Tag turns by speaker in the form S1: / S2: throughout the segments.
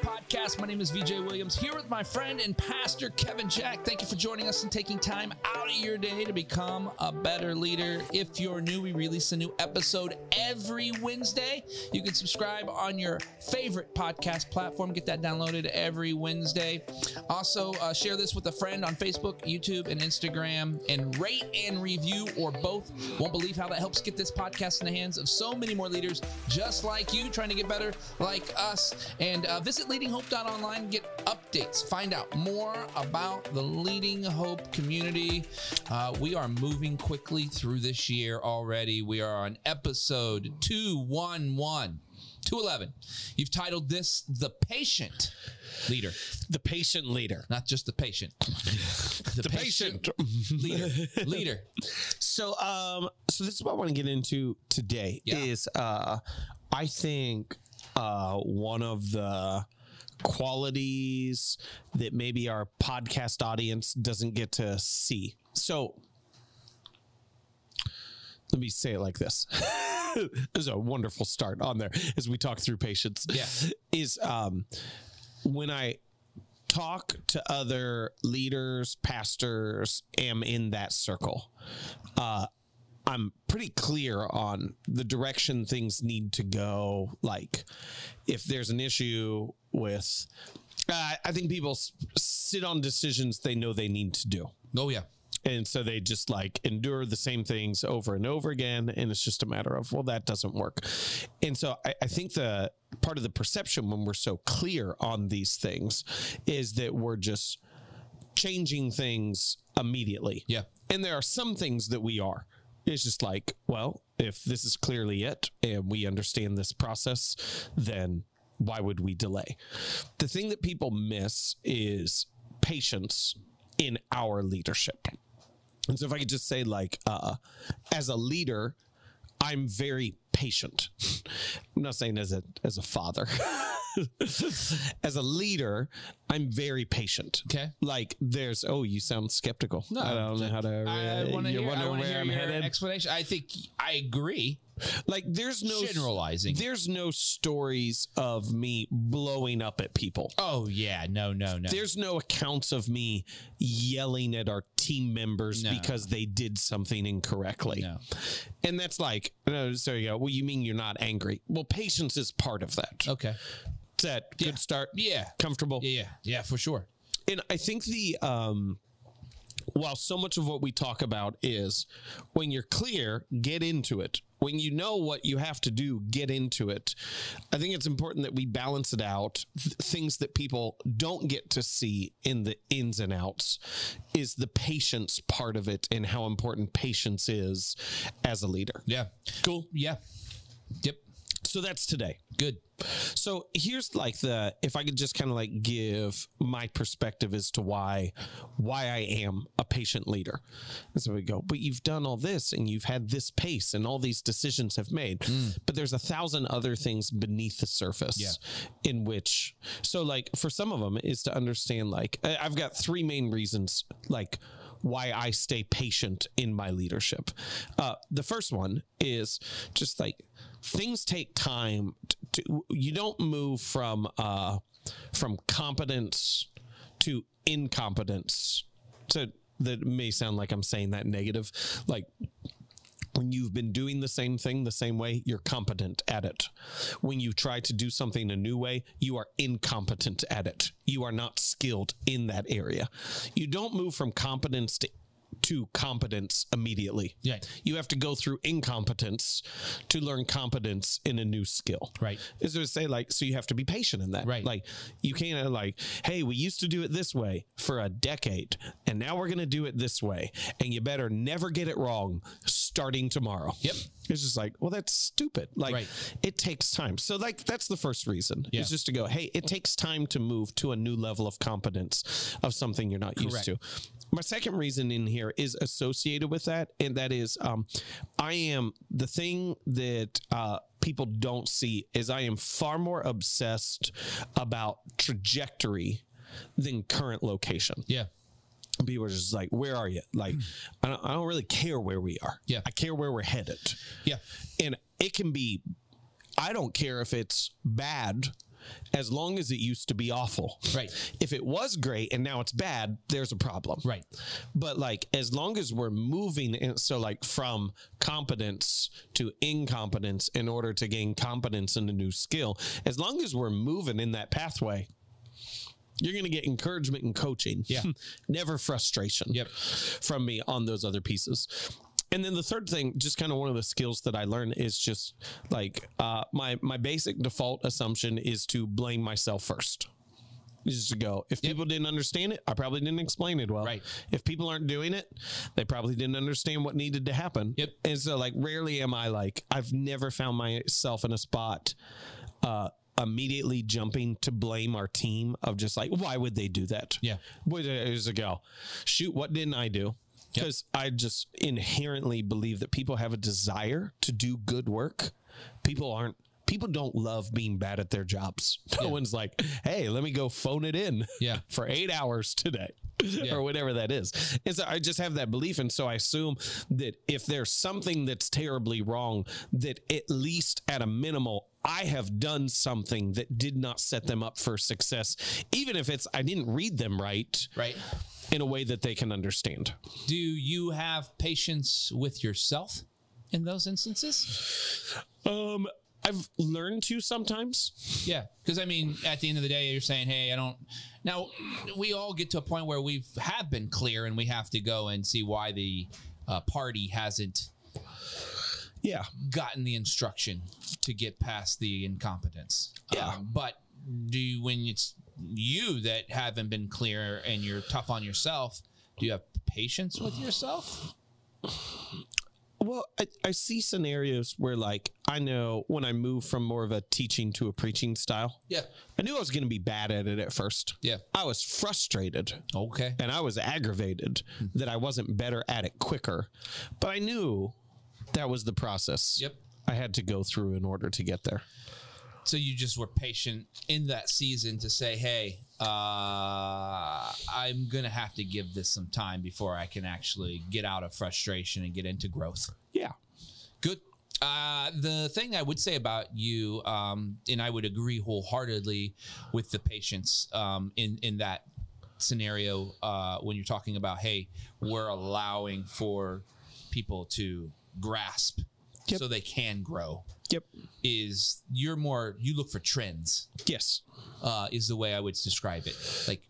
S1: podcast. My name is VJ Williams here with my friend and pastor Kevin Jack. Thank you for joining us and taking time out of your day to become a better leader. If you're new, we release a new episode every Wednesday. You can subscribe on your favorite podcast platform, get that downloaded every Wednesday. Also, uh, share this with a friend on Facebook, YouTube, and Instagram, and rate and review or both. Won't believe how that helps get this podcast in the hands of so many more leaders just like you, trying to get better like us. And uh, visit leadinghope.online, get updates, find out more about the Leading Hope community. Uh, we are moving quickly through this year already. We are on episode 211. 211. You've titled this The Patient Leader,
S2: the patient leader.
S1: not just the patient.
S2: The, patient.
S1: leader. Leader.
S2: So, um, so this is what I want to get into today.
S1: Yeah.
S2: Is uh, I think uh, one of the qualities that maybe our podcast audience doesn't get to see. So, let me say it like this. There's a wonderful start on there as we talk through patience.
S1: Yeah.
S2: Is um when I talk to other leaders, pastors, am in that circle. Uh I'm pretty clear on the direction things need to go. Like, if there's an issue with, uh, I think people s- sit on decisions they know they need to do.
S1: Oh, yeah.
S2: And so they just like endure the same things over and over again. And it's just a matter of, well, that doesn't work. And so I, I think the part of the perception when we're so clear on these things is that we're just changing things immediately.
S1: Yeah.
S2: And there are some things that we are. It's just like, well, if this is clearly it and we understand this process, then why would we delay? The thing that people miss is patience in our leadership. And so if I could just say like uh as a leader, I'm very patient. I'm not saying as a as a father. as a leader, I'm very patient
S1: Okay.
S2: like there's oh you sound skeptical
S1: No,
S2: i don't know how to
S1: I
S2: uh,
S1: want to
S2: you
S1: hear, I
S2: wonder
S1: wanna
S2: where
S1: hear
S2: i'm
S1: your
S2: headed
S1: explanation. I think I agree.
S2: like there's no
S1: generalizing.
S2: there's no stories of me blowing up at people
S1: oh yeah, no, no, no.
S2: there's no accounts of me yelling at our team members
S1: No.
S2: because they did something incorrectly
S1: no.
S2: and that's like no, so you go well you mean you're not angry well patience is part of that
S1: Okay.
S2: set good start
S1: Oh. Yeah.
S2: comfortable
S1: Yeah. Yeah. Yeah. For sure.
S2: and I think the um while so much of what we talk about is when you're clear, get into it. When you know what you have to do, get into it. I think it's important that we balance it out. Th- things that people don't get to see in the ins and outs is the patience part of it and how important patience is as a leader.
S1: Yeah.
S2: Cool.
S1: Yeah. Yep.
S2: So that's today.
S1: Good.
S2: So here's like the if I could just kind of like give my perspective as to why why I am a patient leader. And so we go, but you've done all this and you've had this pace and all these decisions have made. But there's a thousand other things beneath the surface in which so like for some of them is to understand like I- I've got three main reasons like why I stay patient in my leadership. Uh, the first one is just like things take time. To, to- you don't move from uh, from competence to incompetence. So that may sound like I'm saying that negative, like. When you've been doing the same thing the same way, you're competent at it. When you try to do something a new way, you are incompetent at it. You are not skilled in that area. You don't move from competence to, to competence immediately.
S1: Yeah.
S2: You have to go through incompetence to learn competence in a new skill.
S1: Right.
S2: Is to say like, so you have to be patient in that.
S1: Right.
S2: Like you can't uh, like, hey, we used to do it this way for a decade, and now we're gonna do it this way, and you better never get it wrong starting tomorrow.
S1: Yep.
S2: It's just like, well, that's stupid. Like
S1: Right.
S2: it takes time. So like that's the first reason.
S1: Yeah.
S2: Is just to go, hey, it takes time to move to a new level of competence of something you're not used to. My second reason in here is associated with that, and that is um, I am the thing that uh, people don't see is I am far more obsessed about trajectory than current location.
S1: Yeah.
S2: People are just like, where are you? Like, I don't, I don't really care where we are.
S1: Hmm. Yeah.
S2: I care where we're headed
S1: Yeah.
S2: and it can be i don't care if it's bad as long as it used to be awful.
S1: Right.
S2: If it was great and now it's bad, there's a problem.
S1: Right.
S2: But like as long as we're moving in, so like from competence to incompetence in order to gain competence in a new skill, as long as we're moving in that pathway, you're going to get encouragement and coaching.
S1: Yeah.
S2: Never frustration
S1: Yep.
S2: from me on those other pieces. And then the third thing, just kind of one of the skills that I learned is just like uh, my my basic default assumption is to blame myself first. Is Just to go. If people didn't understand it, I probably didn't explain it well.
S1: Right.
S2: If people aren't doing it, they probably didn't understand what needed to happen.
S1: Yep.
S2: And so, like, rarely am I like I've never found myself in a spot uh, immediately jumping to blame our team of just like, why would they do that?
S1: Yeah.
S2: Wait, uh, there's a go. Shoot, what didn't I do?
S1: Yep.
S2: Because I just inherently believe that people have a desire to do good work. People aren't. People don't love being bad at their jobs. No
S1: Yeah.
S2: one's like, "Hey, let me go phone it in."
S1: Yeah.
S2: for eight hours today or whatever that is. And so I just have that belief. And so I assume that if there's something that's terribly wrong, that at least at a minimal, I have done something that did not set them up for success, even if it's I didn't read them right
S1: Right.
S2: in a way that they can understand.
S1: Do you have patience with yourself in those instances?
S2: Um, I've learned to sometimes.
S1: Yeah. Because, I mean, at the end of the day, you're saying, hey, I don't. Now, we all get to a point where we have been clear and we have to go and see why the uh, party hasn't
S2: Yeah.
S1: gotten the instruction to get past the incompetence.
S2: Yeah.
S1: Um, but do you, when it's you that haven't been clear and you're tough on yourself, do you have patience with yourself?
S2: Well, I, I see scenarios where, like, I know when I moved from more of a teaching to a preaching style,
S1: Yeah.
S2: I knew I was going to be bad at it at first.
S1: Yeah.
S2: I was frustrated
S1: Okay.
S2: and I was aggravated
S1: Hmm.
S2: that I wasn't better at it quicker. But I knew that was the process
S1: Yep.
S2: I had to go through in order to get there.
S1: So you just were patient in that season to say, hey, uh, I'm going to have to give this some time before I can actually get out of frustration and get into growth.
S2: Yeah.
S1: Good. Uh, the thing I would say about you, um, and I would agree wholeheartedly with the patients um, in in that scenario uh, when you're talking about, hey, we're allowing for people to grasp
S2: Yep.
S1: so they can grow.
S2: Yep.
S1: Is you're more you look for trends
S2: Yes.
S1: uh, is the way I would describe it. Like,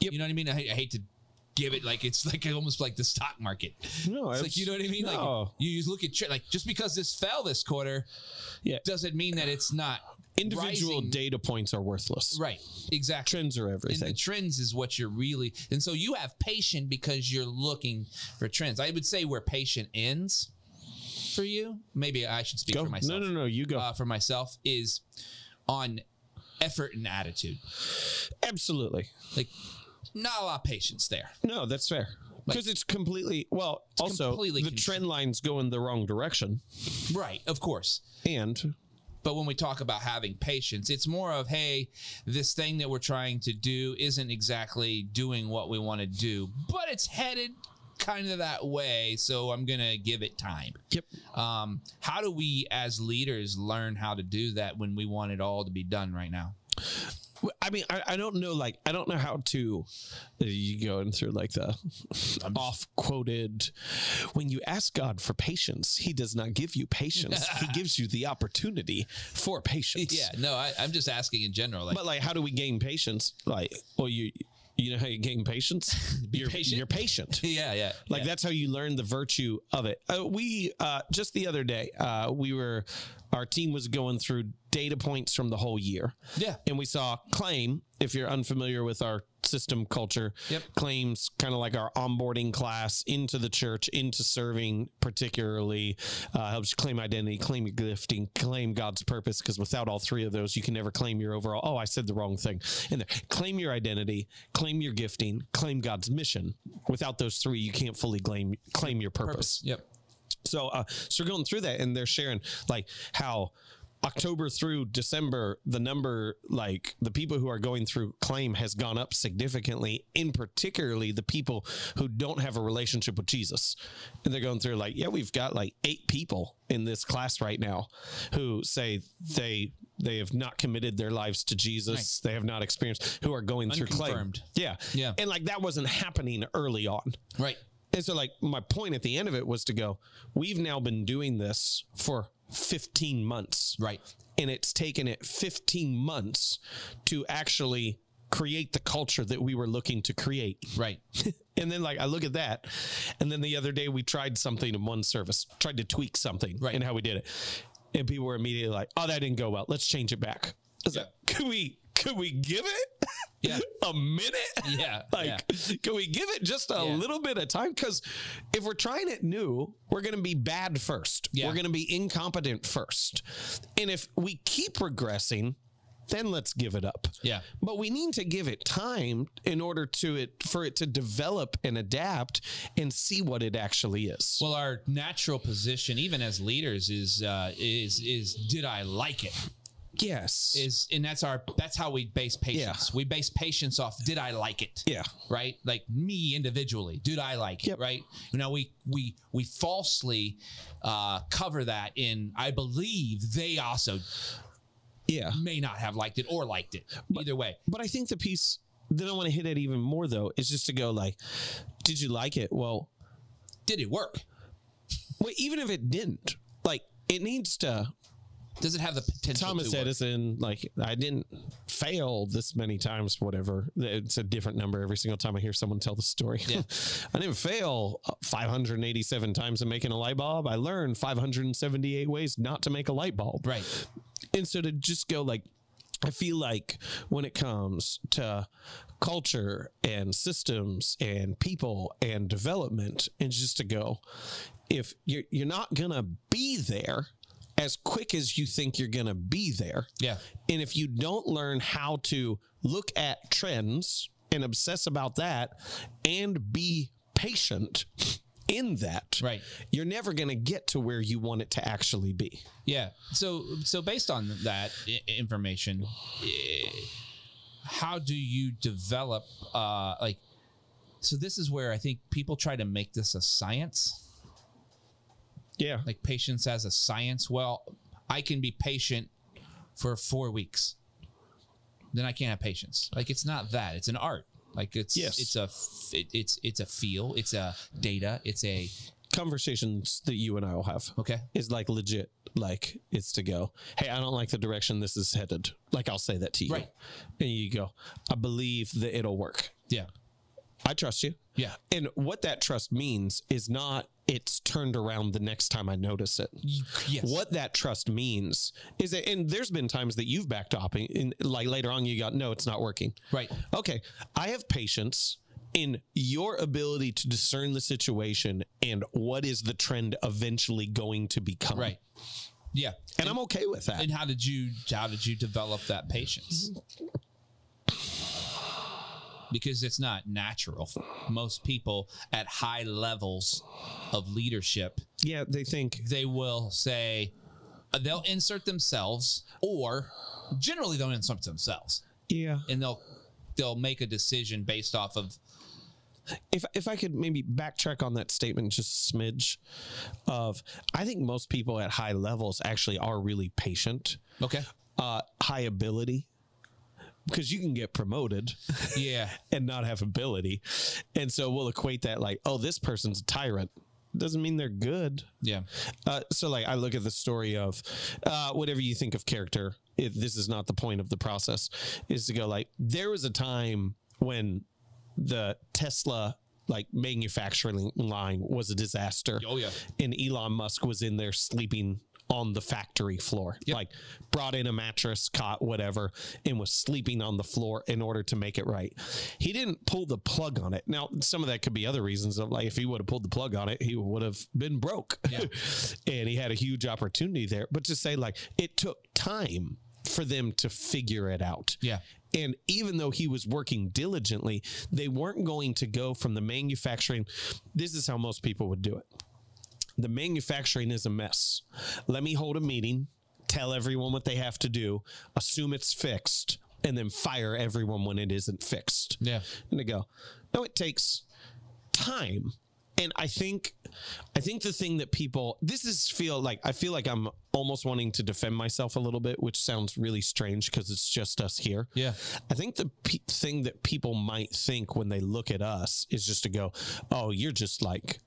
S2: Yep.
S1: you know what I mean? I, I hate to give it like it's like almost like the stock market.
S2: No,
S1: It's like you know what I mean. Like
S2: No.
S1: you just look at tr- like just because this fell this quarter,
S2: Yeah.
S1: doesn't mean that it's not
S2: individual
S1: rising.
S2: data points are worthless.
S1: right. Exactly.
S2: Trends are
S1: And
S2: everything.
S1: the trends is what you're really, and so you have patient because you're looking for trends. I would say where patient ends for you, maybe I should speak
S2: go.
S1: for myself.
S2: No, no, no. You go.
S1: Uh, for myself is on effort and attitude.
S2: Absolutely.
S1: Like not a lot of patience there.
S2: No, that's fair.
S1: Like-
S2: Because it's completely, well, also,
S1: completely
S2: the
S1: confusing.
S2: trend lines go in the wrong direction.
S1: Right. Of course.
S2: And
S1: But when we talk about having patience, it's more of, hey, this thing that we're trying to do isn't exactly doing what we want to do, but it's headed kind of that way. So I'm going to give it time.
S2: Yep.
S1: Um, how do we as leaders learn how to do that when we want it all to be done right now?
S2: I mean, I, I don't know, like, I don't know how to. uh, You going through like the off quoted. When you ask God for patience, He does not give you patience. he gives you the opportunity for patience.
S1: Yeah. No, I, I'm just asking in general. Like,
S2: But like, how do we gain patience? Like, well, you you know how you gain patience? you're
S1: patient?
S2: You're patient.
S1: yeah, yeah.
S2: Like
S1: yeah.
S2: that's how you learn the virtue of it. Uh, we uh, just the other day, uh, we were our team was going through data points from the whole year
S1: Yeah.
S2: and we saw claim if you're unfamiliar with our system culture
S1: Yep.
S2: claims kind of like our onboarding class into the church into serving particularly uh, helps you claim identity claim your gifting claim god's purpose because without all three of those you can never claim your overall oh i said the wrong thing in there claim your identity claim your gifting claim god's mission without those three you can't fully claim claim your purpose.
S1: Yep.
S2: So, uh, so we're going through that, and they're sharing like how October through December, the number like the people who are going through claim has gone up significantly, in particularly the people who don't have a relationship with Jesus. And they're going through like, yeah, we've got like eight people in this class right now who say they they have not committed their lives to Jesus, they have not experienced who are going through claim.
S1: Unconfirmed.
S2: Yeah.
S1: Yeah.
S2: And like that wasn't happening early on.
S1: Right.
S2: And so, like, my point at the end of it was to go, we've now been doing this for 15 months.
S1: Right.
S2: And it's taken it 15 months to actually create the culture that we were looking to create.
S1: Right.
S2: And then, like, I look at that. And then the other day, we tried something in one service, tried to tweak something
S1: Right.
S2: in how we did it. And people were immediately like, oh, that didn't go well. Let's change it back. I was
S1: Yeah.
S2: like, could we, could we give it
S1: Yeah.
S2: a minute?
S1: Yeah.
S2: Like,
S1: yeah.
S2: can we give it just a
S1: Yeah.
S2: little bit of time? Because if we're trying it new, we're going to be bad first.
S1: Yeah.
S2: We're going to be incompetent first. And if we keep regressing, then let's give it up.
S1: Yeah.
S2: But we need to give it time in order to it for it to develop and adapt and see what it actually is.
S1: Well, our natural position, even as leaders, is uh, is is did I like it?
S2: yes.
S1: Is and that's our that's how we base patience. We base patience off did I like it?
S2: yeah.
S1: Right? Like me individually, did I like it?
S2: Yep.
S1: Right? You know, we we we falsely uh, cover that in I believe they also
S2: Yeah.
S1: may not have liked it or liked it. Either way,
S2: But I think the piece that I want to hit at even more though is just to go like, did you like it? Well,
S1: did it work?
S2: Well, even if it didn't, like it needs to.
S1: Does it have the potential?
S2: Thomas
S1: to work?
S2: Edison, like I didn't fail this many times, whatever. It's a different number every single time I hear someone tell the story.
S1: Yeah.
S2: I didn't fail uh, 587 times in making a light bulb. I learned 578 ways not to make a light bulb.
S1: Right.
S2: And so to just go like, I feel like when it comes to culture and systems and people and development, and just to go, if you're, you're not going to be there as quick as you think you're going to be there,
S1: Yeah.
S2: and if you don't learn how to look at trends and obsess about that and be patient in that,
S1: Right.
S2: you're never going to get to where you want it to actually be.
S1: Yeah. So so based on that I- information, eh, how do you develop uh like so this is where I think people try to make this a science,
S2: Yeah.
S1: like patience as a science. Well, I can be patient for 4 weeks. Then I can't have patience. Like it's not that. It's an art. Like it's
S2: Yes.
S1: it's a f- it, it's it's a feel, it's a data, it's a
S2: Conversations that you and I will have
S1: okay.
S2: is like legit. Like it's to go, hey, I don't like the direction this is headed. Like I'll say that to you.
S1: Right.
S2: And you go, I believe that it'll work.
S1: Yeah.
S2: I trust you.
S1: Yeah.
S2: And what that trust means is not it's turned around the next time I notice it.
S1: Yes.
S2: What that trust means is that, and there's been times that you've backed up and, and like later on you got, no, it's not working.
S1: Right.
S2: Okay. I have patience in your ability to discern the situation and what is the trend eventually going to become.
S1: Right. Yeah.
S2: And, I'm okay with that.
S1: and how did you how did you develop that patience because it's not natural most people at high levels of leadership
S2: yeah. They think,
S1: they will say they'll insert themselves or generally they'll insert themselves
S2: yeah.
S1: and they'll they'll make a decision based off of
S2: if if I could maybe backtrack on that statement just a smidge of I think most people at high levels actually are really patient,
S1: okay
S2: uh, high ability. Because you can get promoted
S1: yeah
S2: and not have ability. And so we'll equate that like, oh, this person's a tyrant. Doesn't mean they're good.
S1: yeah
S2: Uh, so, like, I look at the story of uh, whatever you think of character. It, this is not the point of the process. Is to go like there was a time when the Tesla like manufacturing line was a disaster,
S1: oh yeah
S2: and Elon Musk was in there sleeping on the factory floor,
S1: Yep.
S2: like brought in a mattress, cot, whatever, and was sleeping on the floor in order to make it right. He didn't pull the plug on it. Now, some of that could be other reasons of like if he would have pulled the plug on it, he would have been broke.
S1: Yeah.
S2: and he had a huge opportunity there. But to say like it took time for them to figure it out.
S1: yeah
S2: And even though he was working diligently, they weren't going to go from the manufacturing. This is how most people would do it. The manufacturing is a mess. Let me hold a meeting, tell everyone what they have to do, assume it's fixed, and then fire everyone when it isn't fixed.
S1: Yeah.
S2: And they go, no, it takes time. And I think, I think the thing that people, this is feel like, I feel like I'm almost wanting to defend myself a little bit, which sounds really strange because it's just us here.
S1: Yeah.
S2: I think the pe- thing that people might think when they look at us is just to go, oh, you're just like,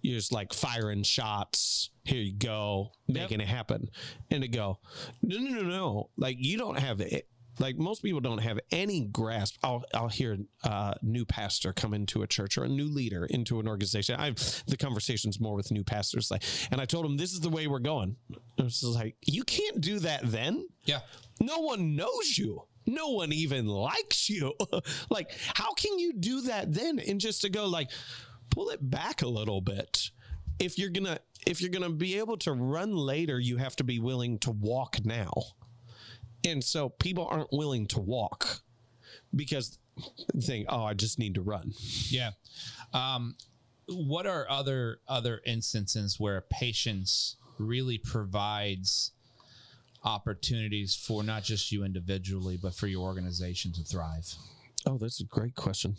S2: you're just like firing shots. Here you go, making it happen. And to go, no, no, no, no. Like you don't have it. Like most people don't have any grasp. I'll I'll hear a new pastor come into a church or a new leader into an organization. I've the conversations more with new pastors. Like, and I told them this is the way we're going. I was just like, you can't do that. Then
S1: Yeah.
S2: no one knows you. No one even likes you. like, how can you do that then? And just to go like, pull it back a little bit. If you're gonna, if you're gonna be able to run later, you have to be willing to walk now. And so people aren't willing to walk because they think, oh, I just need to run.
S1: Yeah. Um, what are other other instances where patience really provides opportunities for not just you individually, but for your organization to thrive?
S2: Oh, that's a great question.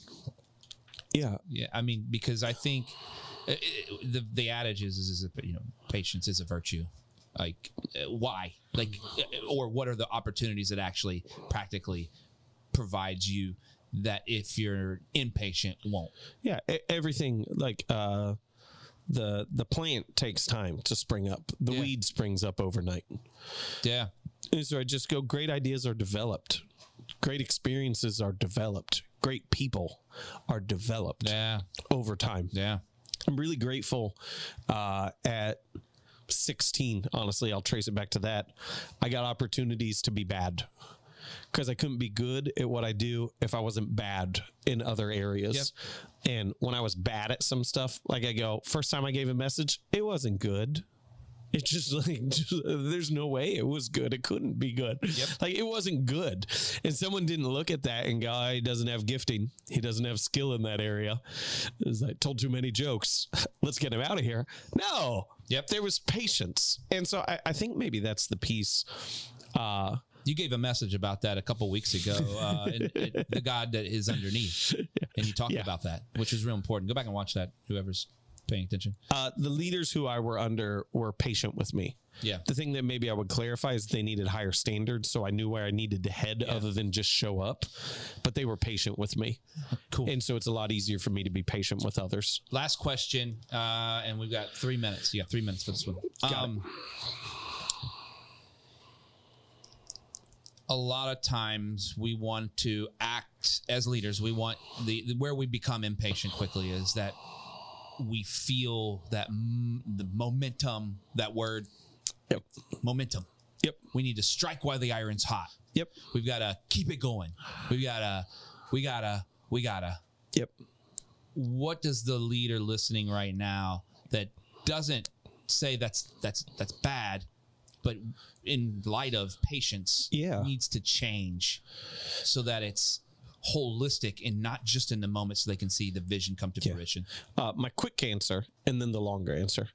S2: Yeah,
S1: Yeah, I mean, because I think uh, uh, the the adage is, is is that, you know patience is a virtue. Like uh, why? Like uh, or what are the opportunities that actually practically provides you that if you're impatient won't?
S2: yeah e- everything like uh the the plant takes time to spring up the
S1: Yeah.
S2: weed springs up overnight
S1: Yeah,
S2: And so i just go great ideas are developed great experiences are developed great people are developed
S1: yeah,
S2: over time
S1: yeah,
S2: i'm really grateful uh at 16 honestly i'll trace it back to that i got opportunities to be bad because i couldn't be good at what i do if i wasn't bad in other areas and when i was bad at some stuff like i go first time i gave a message it wasn't good it just like just- there's no way it was good. It couldn't be good. Like it wasn't good. And someone didn't look at that and go, "Oh, he doesn't have gifting. He doesn't have skill in that area. It was like told too many jokes. Let's get him out of here. No.
S1: Yep.
S2: There was patience. And so I, I think maybe that's the piece. Uh
S1: You gave a message about that a couple weeks ago. Uh, and, and the God that is underneath, and you talked
S2: Yeah.
S1: about that, which is real important. Go back and watch that. Whoever's paying attention.
S2: uh the leaders who I were under were patient with me.
S1: Yeah,
S2: The thing that maybe I would clarify is they needed higher standards, so I knew where I needed to head other than just show up. But they were patient with me.
S1: cool.
S2: And so it's a lot easier for me to be patient with others.
S1: last question uh, and we've got three minutes you got three minutes for this one um, a lot of times we want to act as leaders we want the where we become impatient quickly is that we feel that m- the momentum that word
S2: Yep.
S1: momentum
S2: Yep.
S1: we need to strike while the iron's hot
S2: Yep.
S1: we've got to keep it going we've got to we got to we got to
S2: Yep.
S1: what does the leader listening right now that doesn't say that's that's that's bad but in light of patience
S2: Yeah.
S1: needs to change so that it's holistic and not just in the moment so they can see the vision come to fruition
S2: Uh, my quick answer and then the longer answer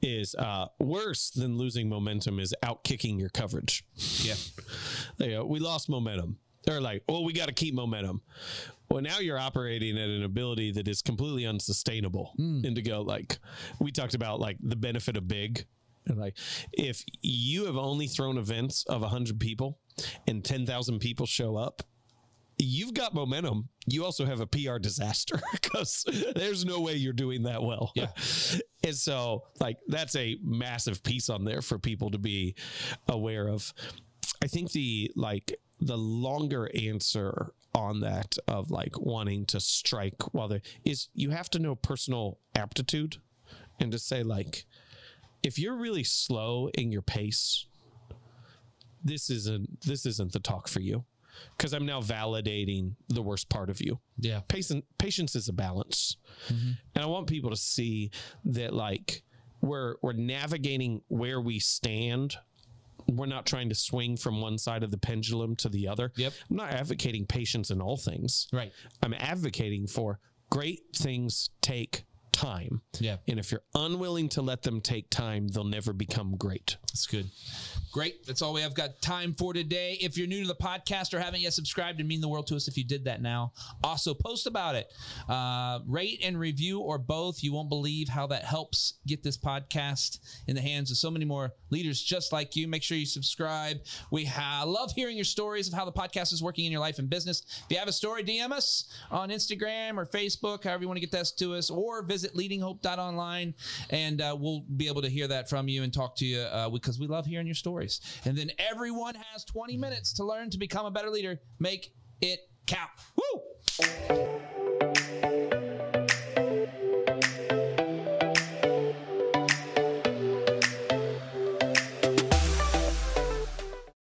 S2: is uh, worse than losing momentum is outkicking your coverage.
S1: yeah
S2: You know, we lost momentum. They're like, well, we got to keep momentum. Well, now you're operating at an ability that is completely unsustainable. And to go like, we talked about like the benefit of big. And like, if you have only thrown events of 100 people and 10,000 people show up, you've got momentum. You also have a PR disaster because there's no way you're doing that well.
S1: Yeah.
S2: And so, like, that's a massive piece on there for people to be aware of. I think the like the longer answer on that of like wanting to strike while there is you have to know personal aptitude and to say like if you're really slow in your pace this isn't this isn't the talk for you because i'm now validating the worst part of you
S1: yeah
S2: patience patience is a balance
S1: Mm-hmm.
S2: and i want people to see that like we're we're navigating where we stand we're not trying to swing from one side of the pendulum to the other
S1: Yep.
S2: i'm not advocating patience in all things
S1: right
S2: i'm advocating for great things take time.
S1: Yeah.
S2: And if you're unwilling to let them take time, they'll never become great.
S1: That's good. Great. That's all we have got time for today. If you're new to the podcast or haven't yet subscribed, it'd mean the world to us if you did that now. Also, post about it, uh, rate and review, or both. You won't believe how that helps get this podcast in the hands of so many more leaders just like you. Make sure you subscribe. We ha- love hearing your stories of how the podcast is working in your life and business. If you have a story, DM us on Instagram or Facebook, however you want to get that to us, or visit leadinghope.online and uh, we'll be able to hear that from you and talk to you uh, because we love hearing your stories. And then everyone has 20 minutes to learn to become a better leader. Make it count. Woo!